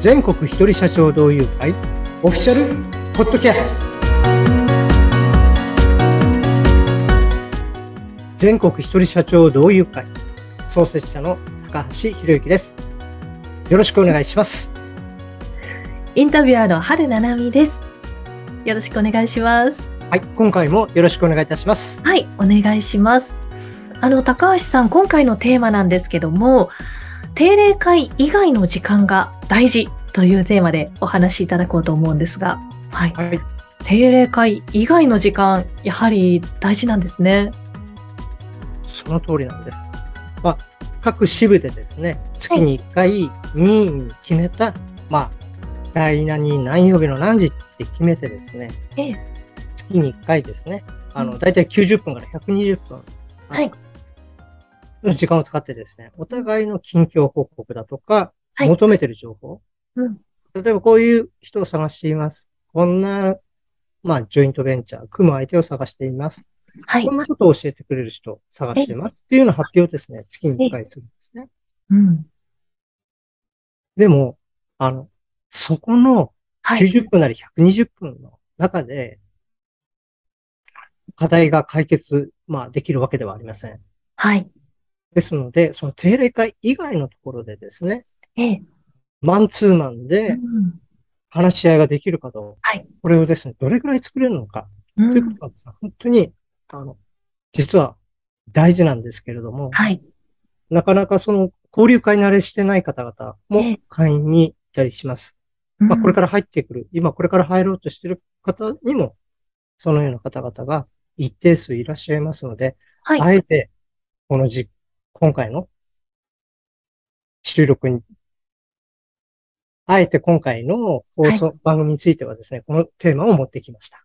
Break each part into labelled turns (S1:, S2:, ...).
S1: 全国一人社長同友会オフィシャルポッドキャスト全国一人社長同友会創設者の高橋博之ですよろしくお願いします
S2: インタビュアーの春菜奈美です。よろしくお願いします。
S1: はい今回もよろしくお願いいたします
S2: はい、お願いします。あの、高橋さん、今回のテーマなんですけども、定例会以外の時間が大事というテーマでお話しいただこうと思うんですが、はい。
S1: はい
S2: 定例会以外の時間、やはり大事なんですね。
S1: その通りなんです。まあ、各支部でですね、月に1回任意に決めた、まあ、第何何曜日の何時って決めてですね、
S2: ええ
S1: 月に1回ですね、あ
S2: う
S1: の、
S2: ん
S1: だいたい90分から120分。
S2: はい
S1: の時間を使ってですね、お互いの近況報告だとか、
S2: はい
S1: 求めてる情報。
S2: うん
S1: 例えばこういう人を探しています。こんな、まあ、ジョイントベンチャー、組む相手を探しています。
S2: はい
S1: こん。なことを教えてくれる人を探してますっていうような発表をですね、月に1回するんですね。
S2: うん。
S1: でも、あの、そこの
S2: はい。
S1: 90分なり120分の中で、課題が解決、まあ、できるわけではありません。
S2: はい。
S1: ですので、その定例会以外のところでですね、
S2: ええ。
S1: マンツーマン
S2: う
S1: で
S2: ん。
S1: 話し合いができるかどうか、
S2: はい
S1: これをですね、どれくらい作れるのか、
S2: う
S1: というこ
S2: ん
S1: とがですね、本当に、あの、実は大事なんですけれども、
S2: はい。
S1: なかなかその交流会慣れしてない方々
S2: え
S1: も
S2: え
S1: 会員にいたりします。まあ、これ
S2: か
S1: から入ってくる、今これから入ろうとしている方にも、そのような方々が一定数いらっしゃいますので、
S2: はい。
S1: あえて、このじ、今回の収録に、あえて今回の放送、番組についてはですね、このテーマを持ってきました。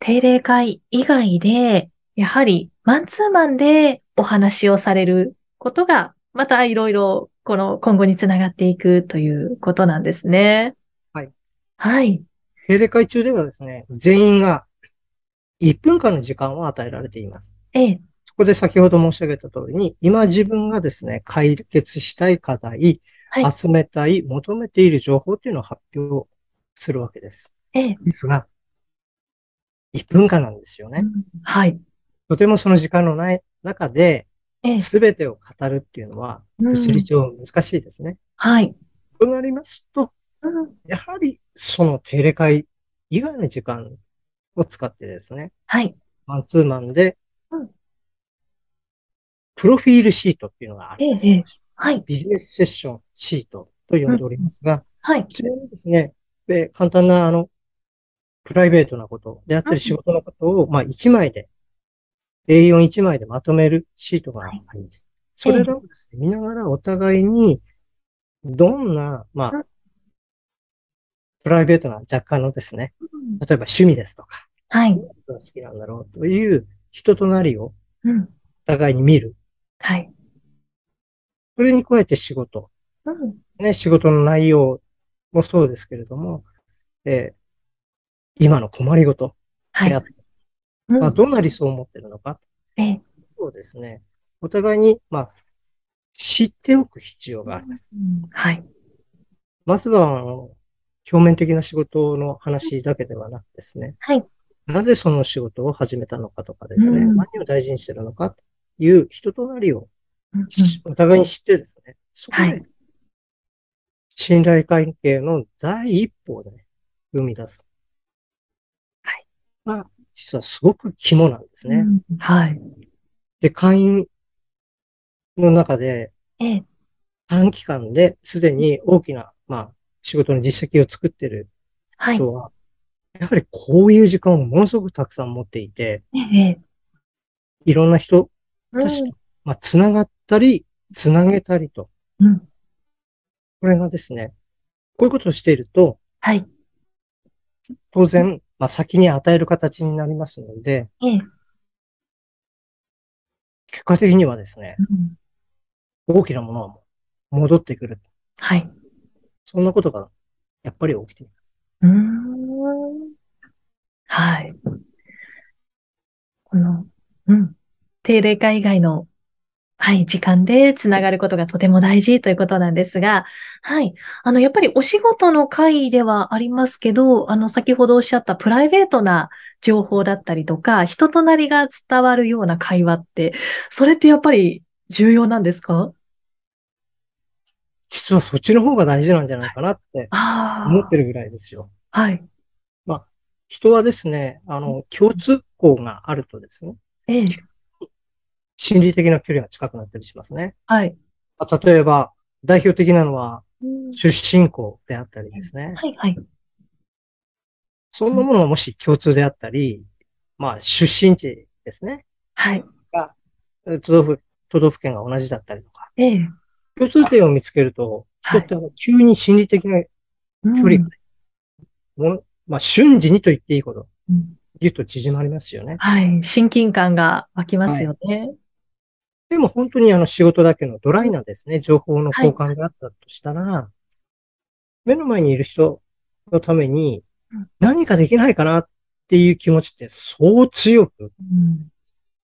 S2: 定例会以外で、やはりマンツーマンでお話をされることが、またいろいろ、この今後につながっていくということなんですね。
S1: はい。
S2: はい。
S1: 定例会中ではですね、全員が1分間の時間を与えられています。
S2: ええ。
S1: そこで先ほど申し上げた通りに、今自分がですね、解決したい課題、
S2: はい
S1: 集めたい、求めている情報というのを発表するわけです。
S2: ええ。
S1: ですが、1分間なんですよね。
S2: はい。
S1: とてもその時間のない中で、
S2: ええ。
S1: すべてを語るっていうのは、物理上難しいですね。
S2: はい。
S1: となりますと、
S2: うん
S1: やはりその定例会以外の時間を使ってですね、
S2: はい。
S1: マンツーマンで
S2: うん、
S1: プロフィールシートっていうのがあるんですよ
S2: ええはい。
S1: ビジネスセッションシートと呼んでおりますが、
S2: はい
S1: こ。ちらにですね、で簡単なあの、プライベートなことであった
S2: うん
S1: り仕事のことを、まあ1枚で、A41 枚でまとめるシートがあります。それらをですね、見ながらお互いに、どんな、まあ
S2: うん、
S1: プライベートな若干のですね、
S2: うん
S1: 例えば趣味ですとか、
S2: はい。
S1: どういうことが好きなんだろうという人となりをお
S2: うん
S1: 互いに見る。
S2: はい。
S1: それに加えて仕事。
S2: うん
S1: ね、仕事の内容もそうですけれども、えー今の困りごと、
S2: はい
S1: やっ
S2: うん
S1: まあ、どんな理想を持ってるのか、
S2: ええ。
S1: そうですね。お互いに、まあ、知っておく必要があります。
S2: うんはい。
S1: まずは、あの、表面的な仕事の話だけではなくですね。
S2: はい
S1: なぜその仕事を始めたのかとかですね。
S2: うん
S1: 何を大事にしてるのかという人となりを
S2: うんうん
S1: しお互いに知ってですね。そこで、
S2: はい
S1: 信頼関係の第一歩をね、生み出す。
S2: はい。
S1: まあ、実はすごく肝なんですね。
S2: うんはい。
S1: で、会員の中で
S2: ええ。
S1: 短期間ですでに大きな、まあ、仕事の実績を作ってる
S2: はい。
S1: 人は、やはりこういう時間をものすごくたくさん持っていて、
S2: ええ。
S1: いろんな人
S2: うん
S1: たちと、まあ、つながったり、つなげたりと。
S2: うん
S1: これがですね、こういうことをしていると、
S2: はい。
S1: 当然、まあ、先に与える形になりますので、
S2: ええ。
S1: 結果的にはですね
S2: う、ん
S1: 大きなものはもう戻ってくる。
S2: はい。
S1: そんなことが、やっぱり起きています。
S2: うーんはい。この、うん。定例会以外のはい、時間でつながることがとても大事ということなんですが、はい、あの、やっぱりお仕事の会ではありますけど、あの、先ほどおっしゃったプライベートな情報だったりとか、人となりが伝わるような会話って、それってやっぱり重要なんですか
S1: 実はそっちの方が大事なんじゃないかなって
S2: あ
S1: 思ってるぐらいですよ。
S2: あ、はい。
S1: 人はですね、あの、共通項があるとですね、
S2: ええ、
S1: 心理的な距離が近くなったりしますね。
S2: はい。
S1: まあ例えば、代表的なのは
S2: うん
S1: 出身校であったりですね。
S2: はい、はい。
S1: そんなものがもし共通であったり、まあ、出身地ですね。
S2: はい。
S1: 都道府都道府県が同じだったりとか、
S2: ええ、
S1: 共通点を見つけると、人
S2: はい
S1: ってあの急に心理的な
S2: 距
S1: 距離が、ものまあ、瞬時にと言っていいほど、
S2: うん
S1: ぎゅっと縮まりますよね。
S2: はい。親近感が湧きますよね。
S1: でも本当にあの仕事だけのドライなんですね、情報の交換があったとしたら、目の前にいる人のために
S2: うん
S1: 何かできないかなっていう気持ちってそう強く
S2: うん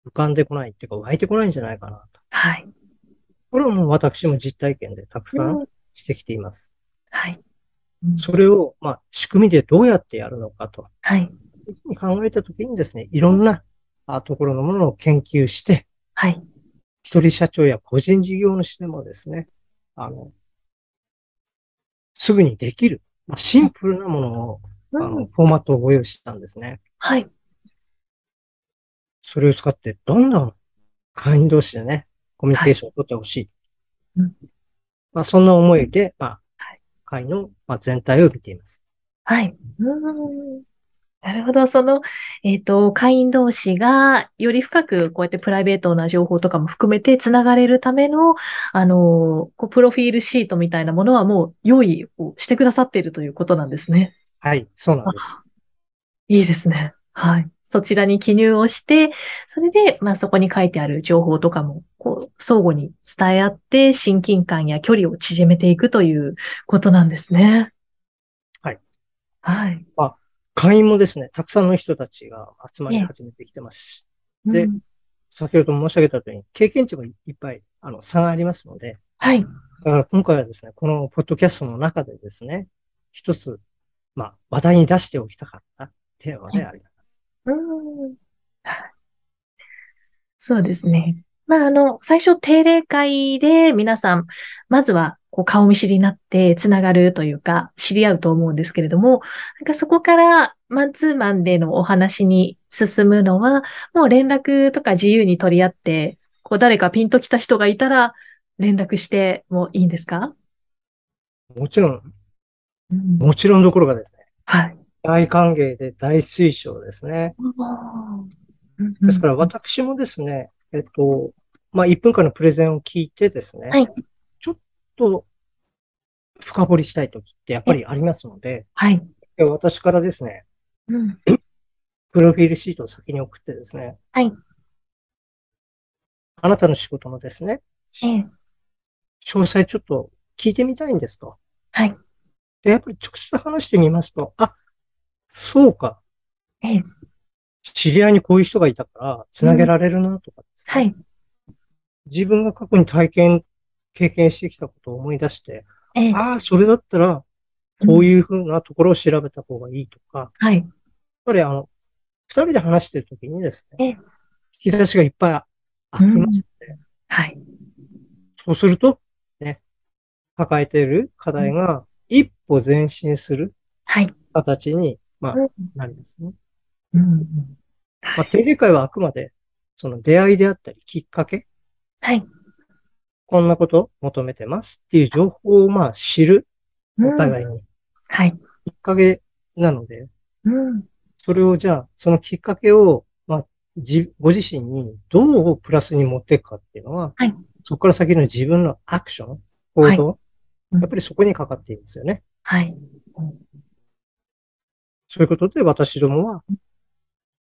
S1: 浮かんでこないっていうか湧いてこないんじゃないかなと。
S2: はい。
S1: これはもう私も実体験でたくさんしてきています。
S2: はい。うん
S1: それを、まあ、仕組みでどうやってやるのかと
S2: はい。
S1: 考えたときにですね、いろんなあところのものを研究して、
S2: はい。
S1: 一人社長や個人事業主でもですね、あの、すぐにできる、まあ、シンプルなものを、あ
S2: う
S1: の、
S2: ん
S1: フォーマットをご用意したんですね。
S2: はい。
S1: それを使って、どんどん会員同士でね、コミュニケーションを取ってほしい。
S2: うん
S1: まあ、そんな思いで、まあ
S2: はい、
S1: 会の、まあ、全体を見ています。
S2: はい。うんなるほど。その、えっと、会員同士がより深くこうやってプライベートな情報とかも含めてつながれるための、あの、こうプロフィールシートみたいなものはもう用意をしてくださっているということなんですね。
S1: はい、そうなんです。
S2: いいですね。はい。そちらに記入をして、それで、まあそこに書いてある情報とかも、こう、相互に伝え合って、親近感や距離を縮めていくということなんですね。
S1: はい。
S2: はい。
S1: 会員もですね、たくさんの人たちが集まり始めてきてますし、で
S2: うん
S1: 先ほど申し上げたように、経験値もいっぱい、あの、差がありますので、
S2: はい。
S1: だから今回はですね、このポッドキャストの中でですね、一つ、まあ、話題に出しておきたかったテーマであります。
S2: うんそうですね。まあ、あの、最初定例会で皆さん、まずはこう顔見知りになってつながるというか、知り合うと思うんですけれども、なんかそこからマンツーマンでのお話に進むのは、もう連絡とか自由に取り合って、こう誰かピンときた人がいたら連絡してもいいんですか、
S1: もちろん、
S2: うん
S1: もちろんどころがですね、
S2: はい。
S1: 大歓迎で大推奨ですね。ですから私もですね、えっと、まあ、1分間のプレゼンを聞いてですね、
S2: はい
S1: ちょっと深掘りしたいときってやっぱりありますので、
S2: はい。
S1: で私からですね、
S2: うん
S1: プロフィールシートを先に送ってですね、
S2: はい
S1: あなたの仕事のですね、
S2: ええ
S1: 詳細ちょっと聞いてみたいんですと。
S2: はい。
S1: で、やっぱり直接話してみますと、あ、そうか。
S2: ええ
S1: 知り合いにこういう人がいたから、つなげられるなとかですね
S2: はい。
S1: 自分が過去に体験、経験してきたことを思い出して、
S2: ええ
S1: ああ、それだったら、こういうふうなところを調べた方がいいとか、やっ
S2: はい。
S1: ぱりあの、二人で話してるときにです
S2: ええ
S1: ね、引き出しがいっぱいありますので、
S2: はい。
S1: そうすると、ね、抱えている課題が一歩前進する
S2: はい。
S1: 形に、まあ
S2: うん、
S1: なりますね。
S2: うん
S1: まあ、定例会はあくまで、その出会いであったり、きっかけ、
S2: はい。
S1: こんなことを求めてますっていう情報を、まあ、知る、お互いに、
S2: はい。
S1: きっかけなので、
S2: うん。
S1: それをじゃあ、そのきっかけを、まあ、じ、ご自身にどうプラスに持っていくかっていうのは、
S2: はい
S1: そこから先の自分のアクション、行動、
S2: うん
S1: やっぱりそこにかかっているんですよね。
S2: はい。
S1: そういうことで私どもは、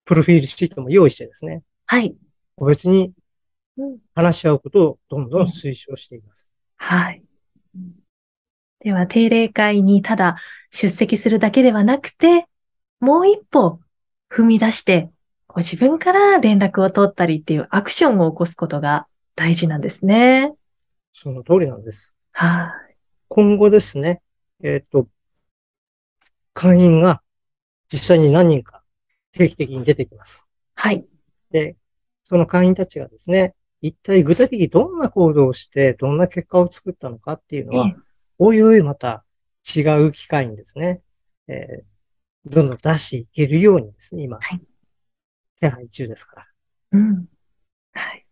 S1: プロフィールシートも用意してですね、
S2: はい。
S1: 個別に
S2: うん
S1: 話し合うことをどんどん推奨しています。
S2: はい。では、定例会にただ出席するだけではなくて、もう一歩踏み出して、こう自分から連絡を取ったりっていうアクションを起こすことが大事なんですね。
S1: その通りなんです。
S2: は
S1: 今後ですね、えっ、と、会員が実際に何人か定期的に出てきます。
S2: い。はい。
S1: で、その会員たちがですね、一体具体的にどんな行動をして、どんな結果を作ったのかっていうのは、
S2: ええ
S1: おいおいまた違う機会にですね、えーどんどん出していけるようにですね、今、
S2: はい
S1: 手配中ですから。
S2: うん。はい。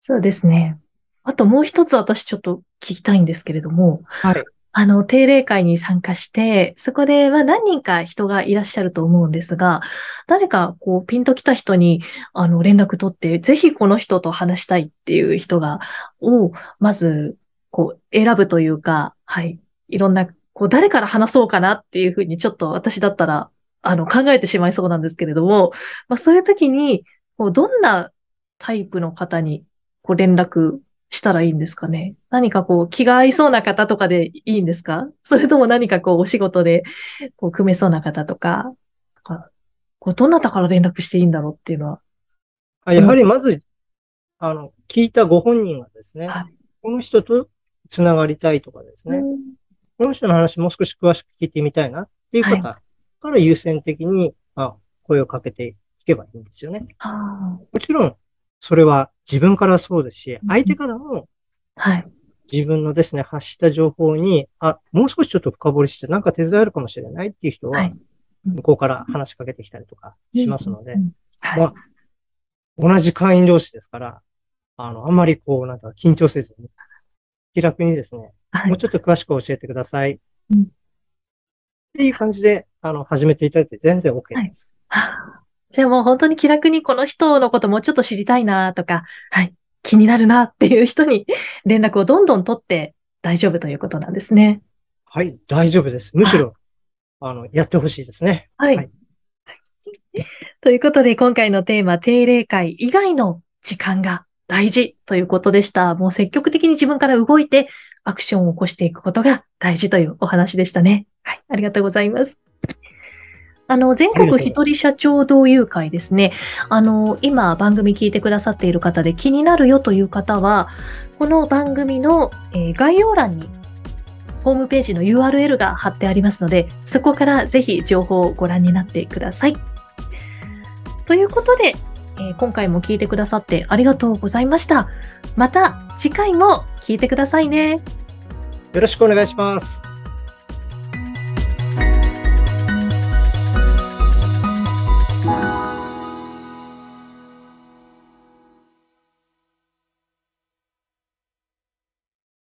S2: そうですね。あともう一つ私ちょっと聞きたいんですけれども、
S1: はい。
S2: あの、定例会に参加して、そこで、まあ、何人か人がいらっしゃると思うんですが、誰か、こう、ピンときた人に、あの、連絡取って、ぜひこの人と話したいっていう人が、を、まず、こう、選ぶというか、はい。いろんな、こう、誰から話そうかなっていうふうに、ちょっと私だったら、あの、考えてしまいそうなんですけれども、まあ、そういう時に、こう、どんなタイプの方に、こう、連絡したらいいんですかね何かこう気が合いそうな方とかでいいんですかそれとも何かこうお仕事でこう組めそうな方とか、あこうどなたから連絡していいんだろうっていうのは。
S1: あやはりまず、あの、聞いたご本人がですね、
S2: はい
S1: この人と繋がりたいとかですね、
S2: うん
S1: この人の話もう少し詳しく聞いてみたいなっていう方から優先的に、あ声をかけていけばいいんですよね。
S2: あ
S1: もちろん、それは自分からそうですし
S2: う、ん
S1: 相手からも
S2: ーはい。
S1: 自分のですね、発した情報に、あ、もう少しちょっと深掘りして、なんか手伝えるかもしれないっていう人
S2: は、
S1: はい向こうから話しかけてきたりとかしますので
S2: うんう、んはい。
S1: まあ同じ会員同士ですから、あの、あんまりこう、なんか緊張せずに、気楽にですね、
S2: はい
S1: もうちょっと詳しく教えてください。
S2: うん
S1: っていう感じで、あの、始めていただいて全然 OK です。
S2: あーじゃあもう本当に気楽にこの人のこともうちょっと知りたいなとか、はい。気になるなっていう人に連絡をどんどん取って大丈夫ということなんですね。
S1: はい、大丈夫です。むしろ、あの、やってほしいですね。
S2: はい。
S1: はい
S2: はいということで、今回のテーマ、定例会以外の時間が大事ということでした。もう積極的に自分から動いて、アクションを起こしていくことが大事というお話でしたね。はい。ありがとうございます。あの、全
S1: ありが
S2: 国
S1: とう
S2: 一人社長同友会ですね。あの、今番組聞いてくださっている方で気になるよという方は、この番組の、えー概要欄にホームページの URL が貼ってありますので、そこからぜひ情報をご覧になってください。ということで、えー今回も聞いてくださってありがとうございました。また次回も聞いてくださいね。
S1: よろしくお願いします。